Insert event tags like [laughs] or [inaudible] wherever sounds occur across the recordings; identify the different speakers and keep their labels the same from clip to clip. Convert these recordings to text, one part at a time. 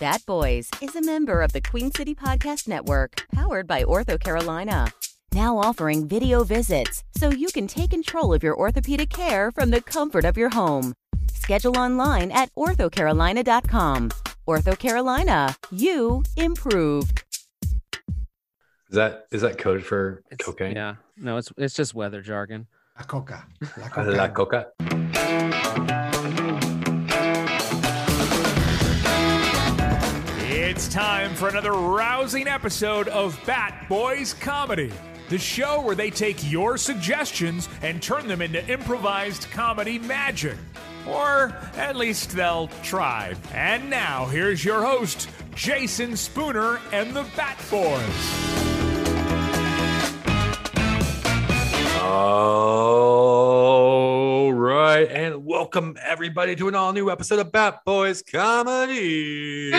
Speaker 1: That Boys is a member of the Queen City Podcast Network, powered by Ortho Carolina. Now offering video visits so you can take control of your orthopedic care from the comfort of your home. Schedule online at orthocarolina.com. Ortho Carolina, you improved.
Speaker 2: Is that is that code for
Speaker 3: It's-
Speaker 2: cocaine?
Speaker 3: Yeah. No, it's it's just weather jargon.
Speaker 4: La coca. La
Speaker 2: Uh,
Speaker 4: coca.
Speaker 2: [laughs] La coca.
Speaker 5: It's time for another rousing episode of Bat Boys Comedy, the show where they take your suggestions and turn them into improvised comedy magic. Or at least they'll try. And now, here's your host, Jason Spooner and the Bat Boys.
Speaker 2: All right, and welcome everybody to an all new episode of Bat Boys Comedy.
Speaker 6: [laughs] Who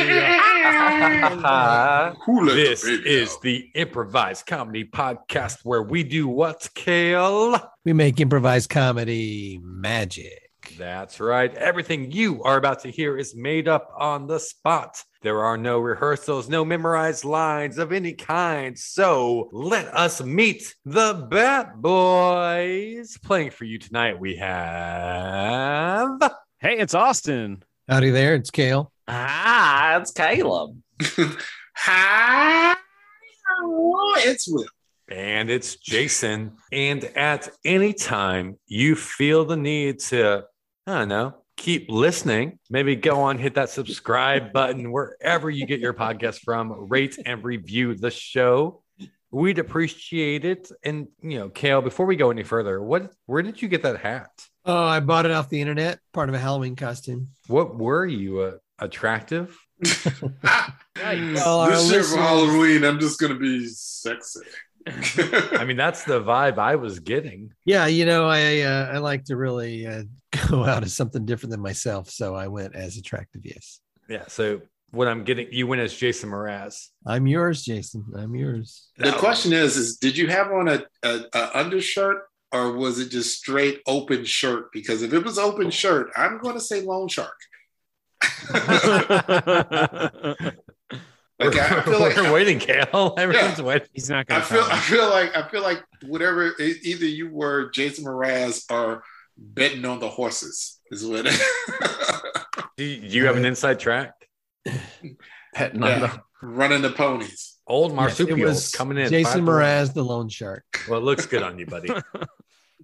Speaker 6: let
Speaker 2: this
Speaker 6: the baby
Speaker 2: is
Speaker 6: out?
Speaker 2: the improvised comedy podcast where we do what's kale.
Speaker 4: We make improvised comedy magic.
Speaker 2: That's right. Everything you are about to hear is made up on the spot. There are no rehearsals, no memorized lines of any kind. So let us meet the Bat Boys. Playing for you tonight, we have.
Speaker 3: Hey, it's Austin.
Speaker 4: Howdy there, it's Kale.
Speaker 7: Ah, it's Caleb.
Speaker 6: Hi, it's Will.
Speaker 2: And it's Jason. And at any time you feel the need to, I don't know, keep listening, maybe go on, hit that subscribe button wherever you get your podcast from, rate and review the show. We'd appreciate it. And, you know, Kale, before we go any further, what, where did you get that hat?
Speaker 4: Oh, I bought it off the internet, part of a Halloween costume.
Speaker 2: What were you? Uh, attractive?
Speaker 4: Well, our
Speaker 6: this year
Speaker 4: listeners-
Speaker 6: for Halloween, I'm just gonna be sexy. [laughs]
Speaker 2: I mean, that's the vibe I was getting.
Speaker 4: Yeah, you know, I uh, I like to really uh, [laughs] go out as something different than myself, so I went as attractive. Yes,
Speaker 2: Yeah. So what I'm getting, you went as Jason Mraz.
Speaker 4: I'm yours, Jason. I'm yours.
Speaker 6: the question is: Is did you have on a, a, a undershirt or was it just straight open shirt? Because if it was open shirt, I'm going to say loan shark. Like, I [laughs] feel
Speaker 2: [laughs]
Speaker 6: like-
Speaker 2: we're waiting, Kale. Everyone's waiting.
Speaker 3: He's not
Speaker 6: I
Speaker 3: gonna
Speaker 6: feel
Speaker 3: tell
Speaker 6: I [laughs]
Speaker 3: me.
Speaker 6: feel like I feel like whatever e- either you were Jason Mraz or betting on the horses is [laughs] what.
Speaker 2: Do you, do you
Speaker 4: Uh,
Speaker 2: have an inside track?
Speaker 7: Petting
Speaker 6: Yeah.
Speaker 7: on the
Speaker 6: running the ponies.
Speaker 4: Yes,
Speaker 2: Old
Speaker 4: it
Speaker 2: marsupials
Speaker 4: was
Speaker 2: coming in.
Speaker 4: Jason
Speaker 2: five to one.
Speaker 4: Mraz, the Lone Shark.
Speaker 2: Well, it looks good on
Speaker 4: [laughs]
Speaker 2: you, buddy.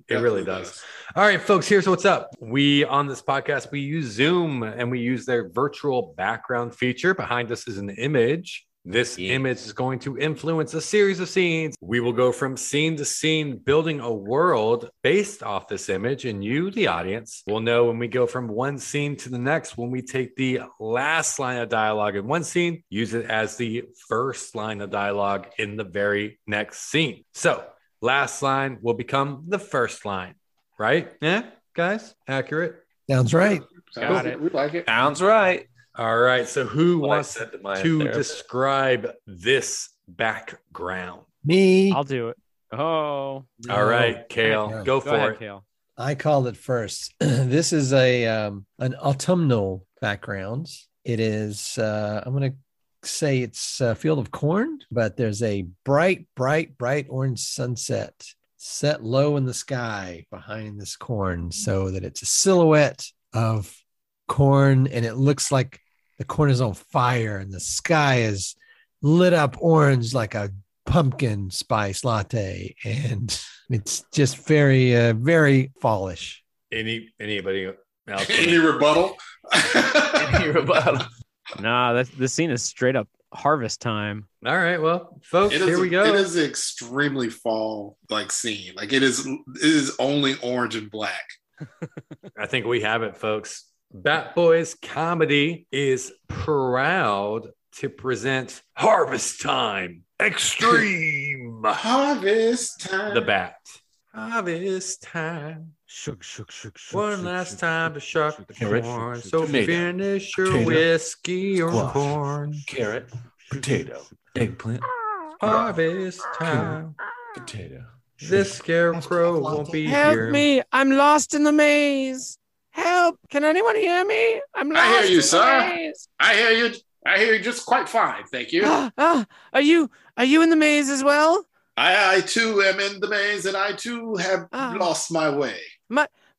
Speaker 2: It really
Speaker 6: Definitely
Speaker 2: does. All right, folks, here's what's up. We on this podcast, we use Zoom and we use their virtual background feature. Behind us is an image. This
Speaker 7: Yeah.
Speaker 2: image is going to influence a series of scenes. We will go from scene to scene, building a world based off this image. And you, the audience, will know when we go from one scene to the next, when we take the last line of dialogue in one scene, use it as the first line of dialogue in the very next scene. So, last line will become the first line, right? Yeah, guys, accurate.
Speaker 4: Sounds right.
Speaker 3: Got it.
Speaker 6: We like it.
Speaker 7: sounds right.
Speaker 2: All right. So, who
Speaker 7: What I
Speaker 2: wants
Speaker 7: said to my
Speaker 2: to
Speaker 7: therapist.
Speaker 2: describe this background?
Speaker 4: Me,
Speaker 3: I'll do it. Oh,
Speaker 2: All right,
Speaker 4: Yeah.
Speaker 2: Kale, go, for
Speaker 3: ahead,
Speaker 2: it.
Speaker 3: Kale.
Speaker 4: I called it first. [clears throat] this is a um, an autumnal background. It is. Uh, I'm going to say it's a field of corn, but there's a bright, bright, bright orange sunset set low in the sky behind this corn, so that it's a silhouette of corn, and it looks like the corn is on fire, and the sky is lit up orange like a pumpkin spice latte, and it's just very, uh, very fallish.
Speaker 2: Any anybody else?
Speaker 6: [laughs] Any rebuttal?
Speaker 7: Any rebuttal?
Speaker 3: Nah, that this scene is straight up harvest time.
Speaker 2: All right. Well, folks,
Speaker 6: It is,
Speaker 2: here we go.
Speaker 6: It is an extremely fall like scene. Like it is. It is only orange and black.
Speaker 2: I think we have it, folks. Bat Boys Comedy is proud to present Harvest Time Extreme.
Speaker 6: [laughs] Harvest time.
Speaker 2: the bat. Harvest time.
Speaker 3: Shook, shook, shook, shook.
Speaker 2: One last time to shark the
Speaker 7: Carrot,
Speaker 2: corn. So
Speaker 7: tomato,
Speaker 2: finish your
Speaker 7: potato,
Speaker 2: whiskey or
Speaker 7: squash,
Speaker 2: corn.
Speaker 7: Carrot, potato, eggplant,
Speaker 2: Harvest time.
Speaker 7: potato.
Speaker 2: This scarecrow won't be here.
Speaker 3: Help me! I'm lost in the maze. Help! Can anyone hear me? I'm lost.
Speaker 6: I hear you,
Speaker 3: in the
Speaker 6: sir.
Speaker 3: maze.
Speaker 6: I hear you. I hear you're just quite fine, thank
Speaker 3: [gasps]
Speaker 6: you.
Speaker 3: Ah, ah, are you are you in the maze as well?
Speaker 6: I, I too am in the maze, and I too have
Speaker 3: Ah.
Speaker 6: lost my way.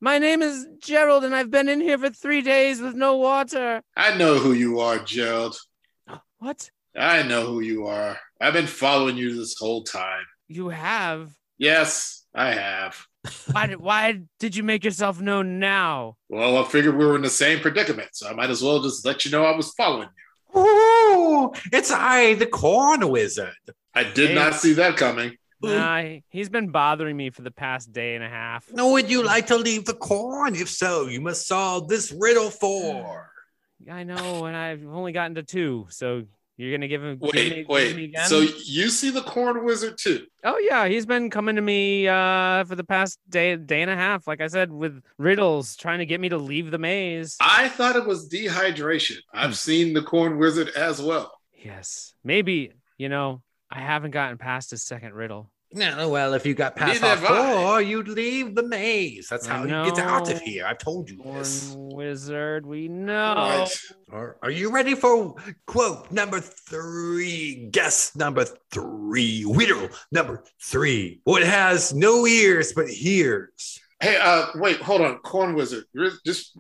Speaker 3: My name is Gerald, and I've been in here for three days with no water. [gasps]
Speaker 6: I know who you are, Gerald.
Speaker 3: What
Speaker 6: I know who you are. I've been following you this whole time.
Speaker 3: you have?
Speaker 6: Yes, I have.
Speaker 3: Why did why did you make yourself known now?
Speaker 6: Well, I figured we were in the same predicament, so I might as well just let you know I was following you.
Speaker 2: Ooh, it's I, the corn wizard.
Speaker 6: I did
Speaker 3: Hey.
Speaker 6: not see that coming.
Speaker 3: Nah, he- he's been bothering me for the past day and a half.
Speaker 2: Would you like to leave the corn? If so, you must solve this riddle for.
Speaker 3: I know, and I've only gotten to two. So you're gonna give him? give me-
Speaker 6: Wait,
Speaker 3: give me
Speaker 6: wait.
Speaker 3: again?
Speaker 6: So you see the corn wizard too?
Speaker 3: oh yeah, he's been coming to me uh, for the past day day and a half. Like I said, with riddles, trying to get me to leave the maze.
Speaker 6: I thought it was dehydration. I've seen the corn wizard as well.
Speaker 3: yes, maybe you know I haven't gotten past his second riddle.
Speaker 2: No, well, if you got past all
Speaker 6: Neither have I.
Speaker 2: four, you'd leave the maze. That's
Speaker 3: I
Speaker 2: how you get out of
Speaker 3: know.
Speaker 2: here. I've told you
Speaker 3: Corn
Speaker 2: this.
Speaker 3: wizard, we
Speaker 6: Oh.
Speaker 3: know.
Speaker 6: Right.
Speaker 2: Are, are you ready for quote number three? Guess number three. Riddle number three. What has no ears but hears?
Speaker 6: Hey, uh, wait, hold on, corn wizard. Re- Just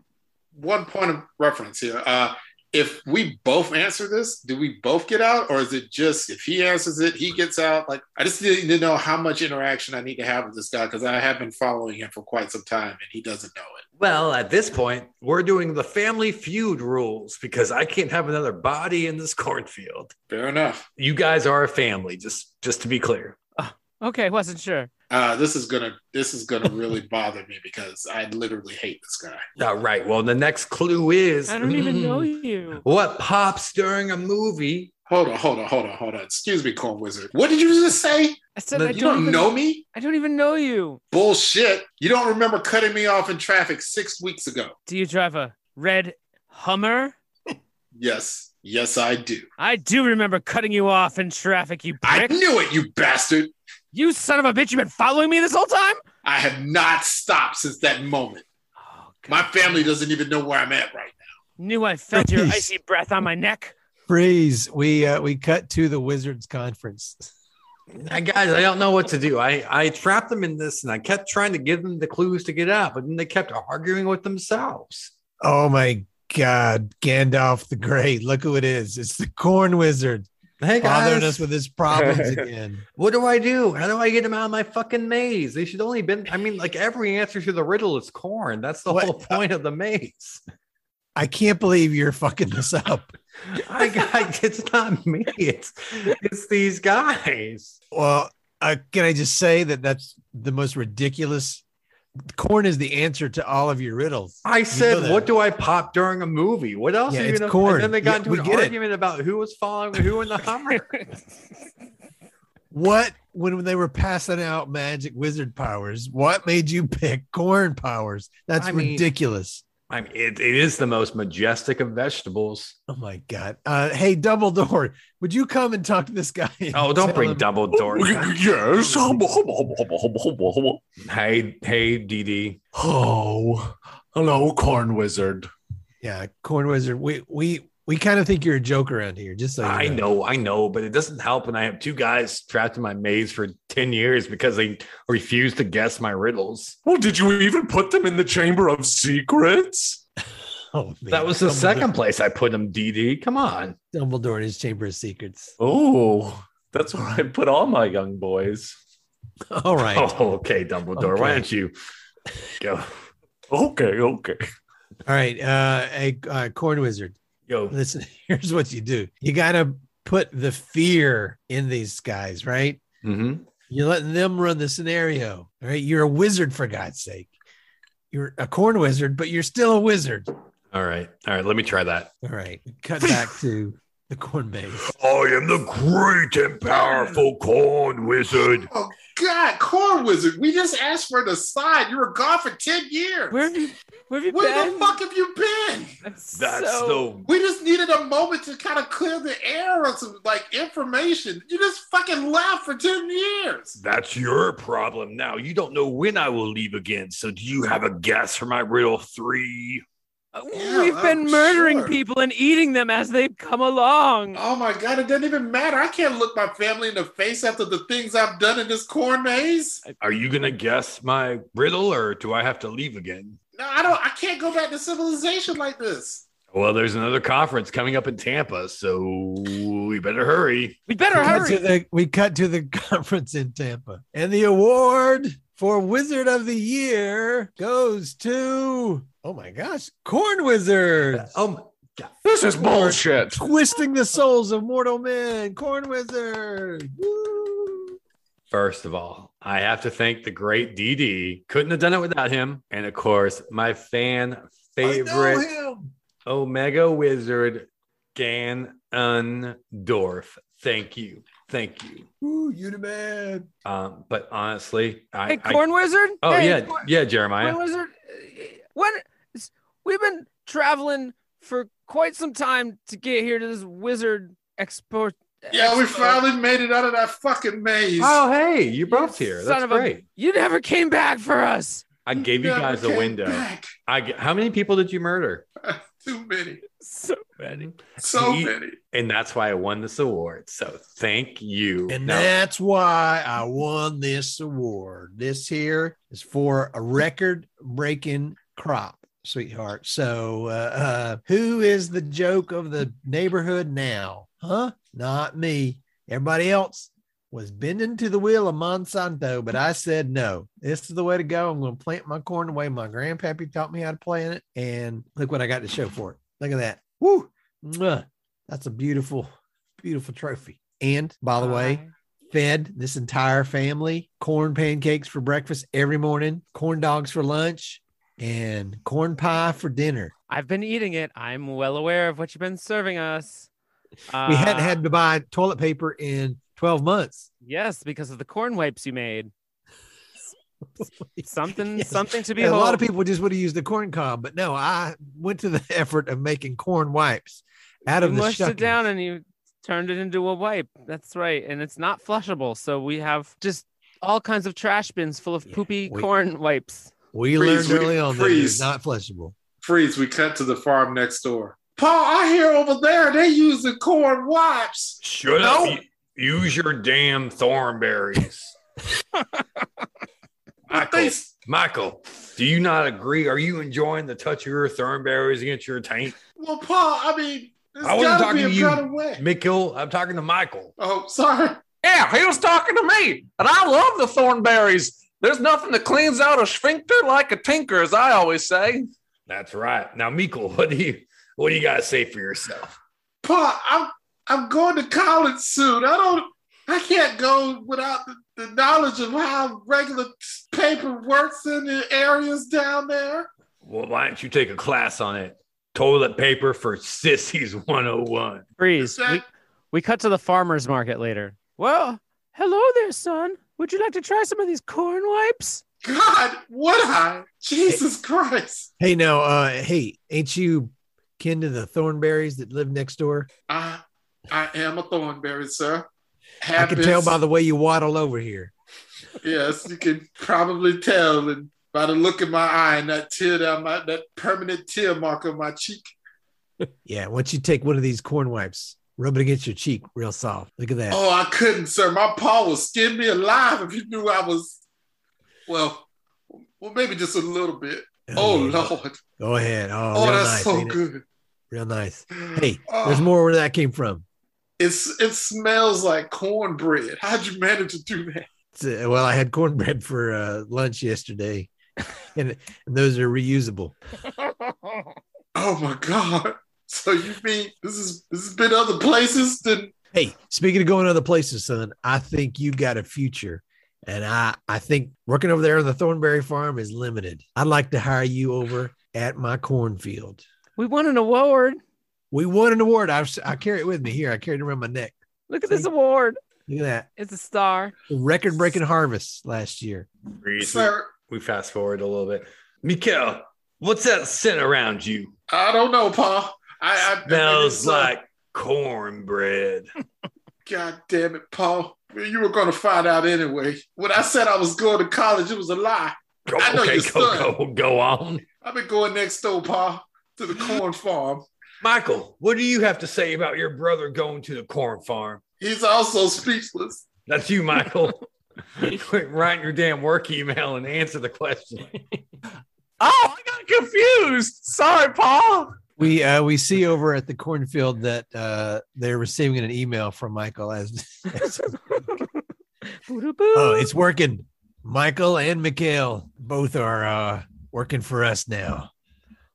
Speaker 6: one point of reference here. Uh, if we both answer this, do we both get out, or is it just if he answers it, he gets out? Like, I just need to know how much interaction I need to have with this guy because I have been following him for quite some time and he doesn't know it.
Speaker 2: Well, at this point, we're doing the family feud rules because I can't have another body in this [laughs] cornfield.
Speaker 6: Fair enough.
Speaker 2: You guys are a family, just just to be clear.
Speaker 3: Okay, wasn't sure.
Speaker 6: Uh, this is gonna this is
Speaker 3: [laughs]
Speaker 6: gonna really bother me because I literally hate this guy.
Speaker 2: All right. Well, the next clue is
Speaker 3: I don't
Speaker 2: [laughs]
Speaker 3: even
Speaker 6: [laughs]
Speaker 3: know you.
Speaker 2: what pops during a movie.
Speaker 6: Hold on, hold on, hold on, hold on. Excuse me, corn wizard. What did you just say?
Speaker 3: I said
Speaker 2: No,
Speaker 3: I
Speaker 6: You don't
Speaker 3: even-
Speaker 6: know me?
Speaker 3: I don't even know you.
Speaker 6: Bullshit. You don't remember cutting me off in traffic six weeks ago.
Speaker 3: Do you drive a red Hummer?
Speaker 6: Yes. Yes, I do.
Speaker 3: I do remember cutting you off in traffic, you
Speaker 6: I
Speaker 3: prick.
Speaker 6: knew it, you bastard.
Speaker 3: You son of a bitch, you've been following me this whole time?
Speaker 6: I have not stopped since that moment.
Speaker 3: Oh, God.
Speaker 6: My family doesn't even know where I'm at right now.
Speaker 3: knew I felt your
Speaker 4: Please.
Speaker 3: icy breath on my neck.
Speaker 4: Freeze. We uh, we cut to the Wizards conference.
Speaker 2: I guys, I don't know what to do. I I trapped them in this, and I kept trying to give them the clues to get out, but then they kept arguing with themselves.
Speaker 4: Oh my God, Gandalf the Great! Look who it is. It's the Corn Wizard
Speaker 2: Hey
Speaker 4: bothering
Speaker 2: guys,
Speaker 4: us with his problems
Speaker 2: [laughs]
Speaker 4: again.
Speaker 2: what do I do? How do I get them out of my fucking maze? They should only been. I mean, like every answer to the riddle is corn. That's the
Speaker 4: What?
Speaker 2: whole point of the maze.
Speaker 4: I can't believe you're fucking this up.
Speaker 2: I, I it's not me. It's it's these guys.
Speaker 4: Well, uh, can I just say that that's the most ridiculous? Corn is the answer to all of your riddles.
Speaker 2: I said,
Speaker 4: that.
Speaker 2: "What do I pop during a movie? What else?"
Speaker 4: Yeah,
Speaker 2: are you
Speaker 4: it's
Speaker 2: gonna-"
Speaker 4: corn.
Speaker 2: And then they got
Speaker 4: Yeah, we
Speaker 2: into
Speaker 4: get
Speaker 2: an
Speaker 4: it.
Speaker 2: argument about who was following who in
Speaker 4: [laughs]
Speaker 2: the Hummer.
Speaker 4: What when they were passing out magic wizard powers? What made you pick corn powers? That's
Speaker 2: I mean-
Speaker 4: ridiculous.
Speaker 2: I mean, it, it is the most majestic of vegetables.
Speaker 4: Oh my god! Uh, hey, Dumbledore, would you come and talk to this guy? and
Speaker 2: Oh, don't
Speaker 4: tell
Speaker 2: bring
Speaker 4: him-
Speaker 7: [laughs]
Speaker 2: Dumbledore.
Speaker 7: yes. Hubble, hubble, hubble, hubble, hubble, hubble.
Speaker 2: hey, hey, DD.
Speaker 7: Oh, hello, corn wizard.
Speaker 4: Yeah, Corn Wizard. We we we kind of think you're a joke around here. Just so you
Speaker 2: I know, I know, but it doesn't help when I have two guys trapped in my maze for ten years because they refuse to guess my riddles.
Speaker 7: Well, did you even put them in the chamber of secrets?
Speaker 4: Oh, man.
Speaker 2: That was the
Speaker 4: Dumbledore-
Speaker 2: second place I put them. DD, come on.
Speaker 4: Dumbledore in his Chamber of Secrets.
Speaker 7: Oh, that's where I put all my young boys.
Speaker 4: All right.
Speaker 2: [laughs] Oh, okay, Dumbledore. Why
Speaker 4: Okay.
Speaker 2: don't you go?
Speaker 7: [laughs] Okay, okay.
Speaker 4: All right. Uh, hey, uh, Corn Wizard.
Speaker 2: Yo,
Speaker 4: Listen, [laughs] here's what you do. You gotta put the fear in these guys, right?
Speaker 2: hmm
Speaker 7: Mm-hmm.
Speaker 4: You're letting them run the scenario. All right. You're a wizard for God's sake. You're a corn wizard, but you're still a wizard.
Speaker 2: All right. All right. Let me try that.
Speaker 4: All right.
Speaker 2: [laughs]
Speaker 4: Cut back to the corn maze.
Speaker 2: I am the great and powerful corn wizard.
Speaker 6: Oh God, corn wizard. We just asked for the side. You were gone for ten years.
Speaker 3: Where have you, where have you
Speaker 6: Where
Speaker 3: been?
Speaker 6: the fuck have you been?
Speaker 3: I'm
Speaker 2: That's
Speaker 3: so...
Speaker 2: the
Speaker 6: We just needed a moment to kind of clear the air of some like information. You just fucking left for ten years.
Speaker 2: that's your problem now. You don't know when I will leave again. So do you have a guess for my riddle three?
Speaker 3: Uh,
Speaker 6: Yeah,
Speaker 3: We've
Speaker 6: I'm
Speaker 3: been murdering
Speaker 6: sure.
Speaker 3: people and eating them as they've come along.
Speaker 6: Oh my God, it doesn't even matter. I can't look my family in the face after the things I've done in this corn maze.
Speaker 2: Are you going to guess my riddle or do I have to leave again?
Speaker 6: No, I don't. I can't go back to civilization like this.
Speaker 2: Well, there's another conference coming up in Tampa, so we better hurry.
Speaker 3: We better
Speaker 4: we cut to
Speaker 3: hurry.
Speaker 4: the we cut to the [laughs] conference in Tampa, and the award for Wizard of the Year goes to oh my gosh, Corn Wizards,
Speaker 2: Oh, my God.
Speaker 7: This is bullshit.
Speaker 4: twisting the souls of mortal men. Corn Wizard. Woo.
Speaker 2: First of all, I have to thank the great DD. Couldn't have done it without him. And of course, my fan
Speaker 4: I
Speaker 2: favorite
Speaker 4: know him.
Speaker 2: Omega Wizard, Gan Undorf. Thank you. Thank you.
Speaker 4: Ooh, you the man.
Speaker 2: Um, but honestly, I,
Speaker 3: Hey,
Speaker 2: I-
Speaker 3: corn wizard.
Speaker 2: oh
Speaker 3: Hey,
Speaker 2: yeah,
Speaker 3: Corn-
Speaker 2: yeah,
Speaker 3: corn
Speaker 2: Jeremiah.
Speaker 3: wizard. uh, When we've been traveling for quite some time to get here to this wizard export.
Speaker 6: Yeah, we
Speaker 3: expo.
Speaker 6: finally made it out of that fucking maze.
Speaker 2: Oh hey, you both
Speaker 3: You
Speaker 2: here.
Speaker 3: son
Speaker 2: That's
Speaker 3: of a-
Speaker 2: great.
Speaker 3: you never came back for us.
Speaker 2: I gave you
Speaker 6: Never
Speaker 2: guys a
Speaker 6: came
Speaker 2: window.
Speaker 6: back.
Speaker 2: I g- how many people did you murder?
Speaker 6: Too many.
Speaker 3: So
Speaker 6: So
Speaker 2: He-
Speaker 6: many.
Speaker 2: And that's why I won this award. So thank you.
Speaker 4: And
Speaker 2: Now-
Speaker 4: that's why I won this award. This here is for a record breaking crop, sweetheart. So, uh, uh, who is the joke of the neighborhood now? Huh? Not me. Everybody else was bending to the will of Monsanto, but I said no. This is the way to go. I'm going to plant my corn the way my grandpappy taught me how to plant it. And look what I got to show for it. Look at that. Woo! Mwah. That's a beautiful, beautiful trophy. And by the way, fed this entire family corn pancakes for breakfast every morning, corn dogs for lunch, and corn pie for dinner.
Speaker 3: I've been eating it. I'm well aware of what you've been serving us. Uh,
Speaker 4: we hadn't had to buy toilet paper in 12 months.
Speaker 3: yes because of the corn wipes you made. Something,
Speaker 4: [laughs] Yes.
Speaker 3: something to be.
Speaker 4: And a lot of people just would have used the corn cob, but no, I went to the [laughs] effort of making corn wipes out of
Speaker 3: you
Speaker 4: the
Speaker 3: mushed it
Speaker 4: shuckings.
Speaker 3: down and you turned it into a wipe. That's right, and it's not flushable, so we have just all kinds of trash bins full of
Speaker 4: Yeah,
Speaker 3: poopy
Speaker 4: we-
Speaker 3: corn wipes.
Speaker 4: We
Speaker 6: Freeze,
Speaker 4: learned
Speaker 6: we-
Speaker 4: early on that it
Speaker 6: freeze.
Speaker 4: is not flushable.
Speaker 6: Freeze, we cut to the farm next door. Paul, I hear over there they use the corn wipes.
Speaker 2: Shut
Speaker 6: No.
Speaker 2: up. U- Use your damn thornberries.
Speaker 6: But
Speaker 2: Michael,
Speaker 6: they,
Speaker 2: Michael, do you not agree? Are you enjoying the touch of your thornberries against your taint?
Speaker 6: well, Paul, I mean, there's
Speaker 2: I wasn't
Speaker 6: gotta be
Speaker 2: talking to
Speaker 6: a
Speaker 2: you.
Speaker 6: better way.
Speaker 2: Mikkel, I'm talking to Michael.
Speaker 6: Oh, sorry.
Speaker 7: Yeah, he was talking to me, and I love the thornberries. There's nothing that cleans out a sphincter like a tinker, as I always say.
Speaker 2: That's right. Now, Mikkel, what do you what do you gotta say for yourself?
Speaker 6: Paul, I'm I'm going to college soon. I don't I can't go without the, the knowledge of how regular paper works in the areas down there.
Speaker 2: Well, why don't you take a class on it? Toilet paper for sissies 101.
Speaker 3: Freeze.
Speaker 6: Is that-
Speaker 3: We, we cut to the farmers market later. Well, hello there, son. Would you like to try some of these corn wipes?
Speaker 6: God, would I? Jesus Christ.
Speaker 4: Hey, now, uh, hey, ain't you kin to the thornberries that live next door?
Speaker 6: I I am a thornberry, sir.
Speaker 4: I can tell
Speaker 6: Happens.
Speaker 4: by the way you waddle over here.
Speaker 6: Yes, you can probably tell and by the look in my eye and that tear down my that permanent tear mark on my cheek.
Speaker 4: Yeah, once you take one of these corn wipes, rub it against your cheek real soft. Look at that.
Speaker 6: Oh, I couldn't, sir. My paw would skin me alive if he knew I was. Well, well, maybe just a little bit. Oh,
Speaker 4: yeah.
Speaker 6: Lord.
Speaker 4: Go ahead. Oh,
Speaker 6: Oh,
Speaker 4: real
Speaker 6: that's
Speaker 4: nice.
Speaker 6: so
Speaker 4: ain't it?
Speaker 6: good.
Speaker 4: Real nice. Hey,
Speaker 6: Oh,
Speaker 4: there's more where that came from.
Speaker 6: It's it smells like cornbread. How'd you manage to do that?
Speaker 4: It's, uh, well, I had cornbread for uh, lunch yesterday, [laughs] and, and those are reusable.
Speaker 6: Oh my God. So you mean this is this has been other places than
Speaker 4: Hey, speaking of going other places, son, I think you got a future. And I, I think working over there on the Thornberry Farm is limited. I'd like to hire you over at my cornfield.
Speaker 3: We won an award.
Speaker 4: We won an award. I've, I carry it with me here. I carry it around my neck.
Speaker 3: Look at this
Speaker 4: See?
Speaker 3: award.
Speaker 4: Look at that.
Speaker 3: It's a star.
Speaker 4: record breaking harvest last year.
Speaker 6: sir?
Speaker 2: We fast forward a little bit. Mikkel, what's that scent around you?
Speaker 6: I don't know, Paul. I, I
Speaker 2: Smells
Speaker 6: it's, uh,
Speaker 2: like cornbread.
Speaker 6: God damn it, Paul. You were gonna find out anyway. When I said I was going to college, it was a lie.
Speaker 2: Go,
Speaker 6: [laughs] I know
Speaker 2: okay,
Speaker 6: your
Speaker 2: go,
Speaker 6: son.
Speaker 2: go, go on.
Speaker 6: I've been going next door, Paul. to the corn farm.
Speaker 2: Michael, what do you have to say about your brother going to the corn farm?
Speaker 6: He's also speechless.
Speaker 2: That's you, Michael.
Speaker 6: [laughs]
Speaker 2: [laughs] Quit writing your damn work email and answer the question.
Speaker 7: Oh, I got confused. Sorry, Paul.
Speaker 4: We uh, we see over at the cornfield that uh, they're receiving an email from Michael as, [laughs]
Speaker 3: [laughs]
Speaker 4: as oh it's working. Michael and Mikhail both are uh, working for us now.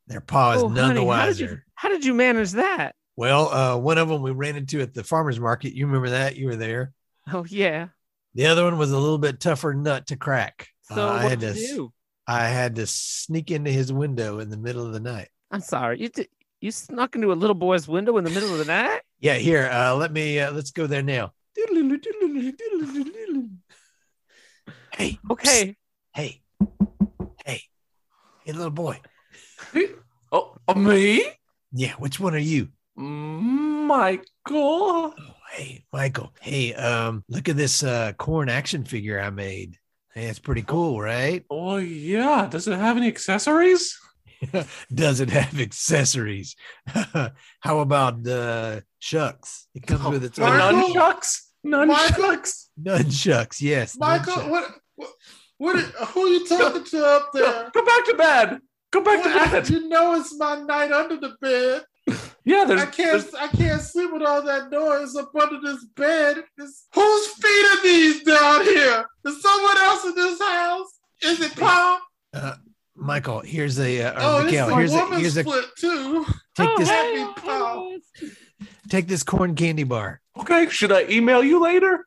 Speaker 4: Their paw is
Speaker 3: Oh,
Speaker 4: none the
Speaker 3: honey, how did you-
Speaker 4: wiser.
Speaker 3: How did you manage that?
Speaker 4: Well, uh, one of them we ran into at the farmers market. You remember that? You were there.
Speaker 3: Oh yeah.
Speaker 4: The other one was a little bit tougher nut to crack.
Speaker 3: So
Speaker 4: Uh, I
Speaker 3: what
Speaker 4: had
Speaker 3: did you
Speaker 4: to s-
Speaker 3: do?
Speaker 4: I had to sneak into his window in the middle of the night.
Speaker 3: I'm sorry. You did, you snuck into a little boy's window in the middle of the night.
Speaker 4: Yeah, here. Uh, let me. Uh, let's go there now. Hey,
Speaker 3: Okay.
Speaker 4: hey, hey, hey, little boy.
Speaker 7: Oh, uh, me?
Speaker 4: Yeah, which one are you?
Speaker 7: Michael?
Speaker 4: Oh, hey, Michael. Hey, um, look at this uh, corn action figure I made. Hey, it's pretty cool, right?
Speaker 7: Oh, yeah. Does it have any accessories?
Speaker 4: Does it have [laughs] accessories? How about uh, shucks? It comes with its
Speaker 7: The
Speaker 4: own
Speaker 6: Oh, Michael?
Speaker 7: nunchucks? Nunchucks?
Speaker 4: nunchucks. Yes,
Speaker 6: Michael,
Speaker 4: nunchucks.
Speaker 6: what, what, what, who are you talking to up there?
Speaker 7: Go back to bed. Go [laughs] back to
Speaker 6: What-
Speaker 7: bed.
Speaker 6: you know it's my night under the bed.
Speaker 7: Yeah, there's.
Speaker 6: I can't
Speaker 7: there's-
Speaker 6: I can't sleep with all that noise up under this bed. This, whose feet are these down here? Is someone else in this house? Is it Paul?
Speaker 4: Michael, here's a uh, or
Speaker 6: Oh, this
Speaker 4: Mikhail,
Speaker 6: is
Speaker 4: here's
Speaker 6: a
Speaker 4: a
Speaker 6: woman's
Speaker 4: here's a
Speaker 6: foot too.
Speaker 4: take
Speaker 3: oh,
Speaker 4: this
Speaker 3: hey,
Speaker 6: Happy Paul.
Speaker 4: take this corn candy bar.
Speaker 7: Okay, should I email you later?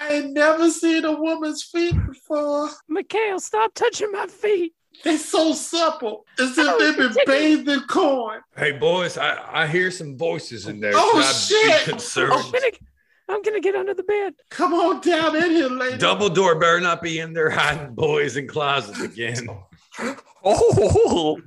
Speaker 6: I ain't never seen a woman's feet before.
Speaker 3: Mikhail, stop touching my feet.
Speaker 6: They're so supple. As if
Speaker 3: Oh,
Speaker 6: they've been
Speaker 3: chicken.
Speaker 6: bathed in corn.
Speaker 2: Hey, boys, I, I hear some voices in there.
Speaker 6: Oh,
Speaker 2: Should I be [laughs]
Speaker 6: shit.
Speaker 2: concerned?
Speaker 3: I'm gonna, I'm gonna get under the bed.
Speaker 6: Come on down in here, lady.
Speaker 2: Dumbledore better not be in there hiding boys in closets [laughs] again.
Speaker 7: Oh,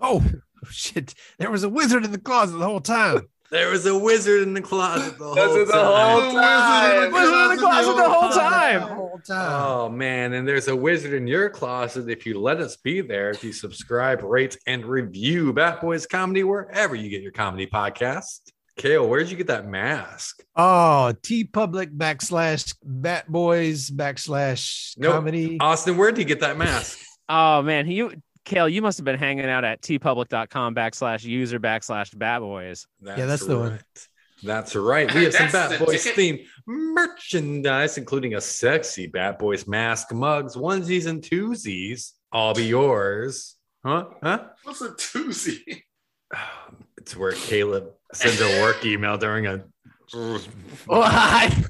Speaker 4: Oh [laughs] shit! There was a wizard in the closet the
Speaker 3: [laughs]
Speaker 4: whole time.
Speaker 2: There was a wizard in the closet the
Speaker 7: That's
Speaker 2: whole
Speaker 7: it, the
Speaker 2: time.
Speaker 7: whole time. [laughs]
Speaker 3: Was in the closet the whole
Speaker 4: The
Speaker 3: time.
Speaker 4: whole
Speaker 2: [laughs]
Speaker 4: time.
Speaker 2: Oh man, and there's a wizard in your closet if you let us be there. If you subscribe, rate, and review Bat Boys Comedy wherever you get your comedy podcast. Kale, where'd you get that mask?
Speaker 4: Oh, T public backslash bat boys backslash
Speaker 2: Nope.
Speaker 4: comedy.
Speaker 3: Uh,
Speaker 2: Austin, where'd you get that mask?
Speaker 3: Oh man, you, Kale, you must have been hanging out at tpublic.com backslash user backslash bat boys.
Speaker 2: That's
Speaker 4: that's the one.
Speaker 2: That's right. We have some
Speaker 6: That's
Speaker 2: Bat
Speaker 6: the
Speaker 2: Boys
Speaker 6: ticket.
Speaker 2: themed merchandise, including a sexy Bat Boys mask, mugs, onesies, and twosies. All be yours. Huh? Huh? [sighs]
Speaker 6: What's a doozy?
Speaker 2: It's where Caleb sends a work email during a.
Speaker 7: Why?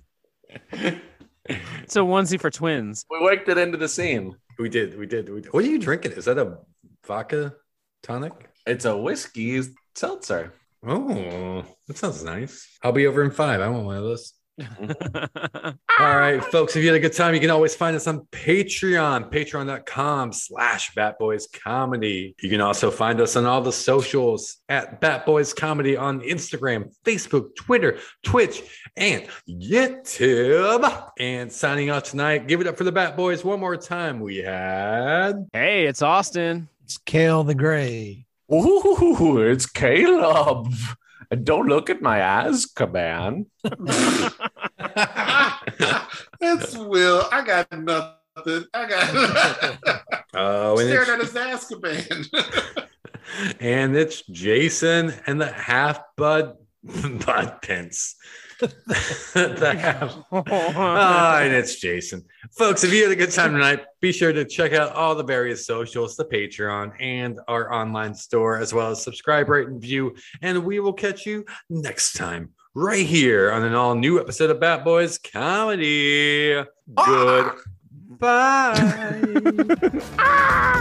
Speaker 3: It's a onesie for twins. [laughs]
Speaker 7: We worked it into the scene.
Speaker 2: We did. We did. We did. What are you drinking? Is that a vodka tonic?
Speaker 7: It's a whiskey seltzer.
Speaker 2: Oh, that sounds nice. I'll be over in five. I want one of those.
Speaker 3: That's
Speaker 2: All right, folks, if you had a good time, you can always find us on Patreon, patreon.com slash Bat Boys Comedy. You can also find us on all the socials at Bat Boys Comedy on Instagram, Facebook, Twitter, Twitch, and YouTube. And signing off tonight, give it up for the Bat Boys one more time. We had
Speaker 3: hey, it's Austin.
Speaker 4: It's Kale the Gray.
Speaker 7: Ooh, it's Caleb. And don't look at my eyes, Caban.
Speaker 6: [laughs] it's Will. I got nothing. I got
Speaker 2: oh, and
Speaker 6: [laughs] staring
Speaker 2: it's,
Speaker 6: at his Azkaban.
Speaker 2: and it's Jason and the half bud [laughs] bud pence. [laughs] the half Ah, and it's Jason. Folks, if you had a good time tonight, be sure to check out all the various socials, the Patreon, and our online store, as well as subscribe, rate, and view. And we will catch you next time, right here on an all new episode of Bat Boys Comedy. Good. Bye.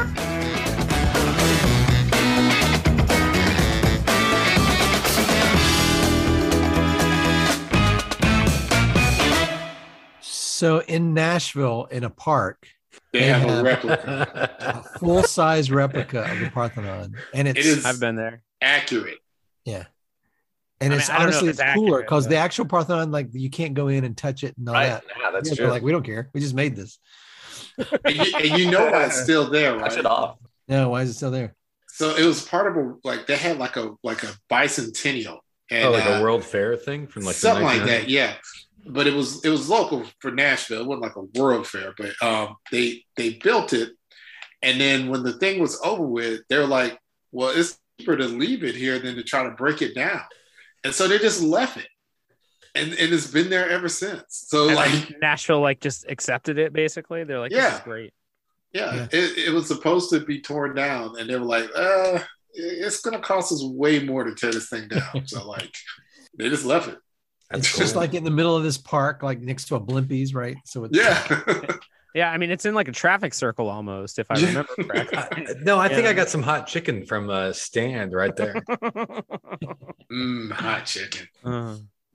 Speaker 4: So in Nashville, in a park,
Speaker 6: They have
Speaker 4: Yeah.
Speaker 6: a replica.
Speaker 4: a full size replica of the Parthenon, and it's
Speaker 6: It is
Speaker 3: I've been there.
Speaker 6: accurate.
Speaker 4: and
Speaker 3: I
Speaker 4: it's
Speaker 3: mean, I don't know
Speaker 4: honestly
Speaker 3: if
Speaker 4: it's,
Speaker 3: it's
Speaker 4: cooler
Speaker 3: accurate,
Speaker 4: because
Speaker 3: but-
Speaker 4: the actual Parthenon, like you can't go in and touch it and all
Speaker 7: Right.
Speaker 4: that.
Speaker 7: Yeah, that's
Speaker 4: Yeah, they're
Speaker 7: true.
Speaker 4: like we don't care. We just made this.
Speaker 6: [laughs] And you, and you know why it's still there,
Speaker 7: Touch
Speaker 6: right?
Speaker 7: it off.
Speaker 4: No, why is it still there?
Speaker 6: So it was part of a like they had like a like a bicentennial
Speaker 2: [laughs]
Speaker 6: and
Speaker 2: oh, like
Speaker 6: uh,
Speaker 2: a World Fair thing from like the
Speaker 6: something like
Speaker 2: 1900s?
Speaker 6: that. Yeah, but it was it was local for Nashville. It wasn't like a World Fair, but um, they they built it, and then when the thing was over with, they're like, "Well, it's cheaper to leave it here than to try to break it down," and so they just left it, and and it's been there ever since. So
Speaker 3: And,
Speaker 6: like,
Speaker 3: like Nashville, like just accepted it basically. They're like, this is
Speaker 6: Yeah.
Speaker 3: great.
Speaker 6: yeah,
Speaker 4: Yeah.
Speaker 6: It, it was supposed to be torn down, and they were like, "Uh, it- it's gonna cost us way more to tear this thing down." so like, they just left it.
Speaker 2: That's
Speaker 4: it's just
Speaker 2: cool.
Speaker 4: like in the middle of this park, like next to a Blimpies, right? So it's
Speaker 6: Yeah. [laughs]
Speaker 3: Yeah, I mean it's in like a traffic circle almost, if I
Speaker 6: Yeah.
Speaker 3: remember correctly.
Speaker 2: Uh, [laughs] no, I think
Speaker 3: Yeah.
Speaker 2: I got some hot uh,
Speaker 6: [laughs]
Speaker 2: chicken from a stand right there.
Speaker 6: Mm, hot chicken.
Speaker 3: Uh,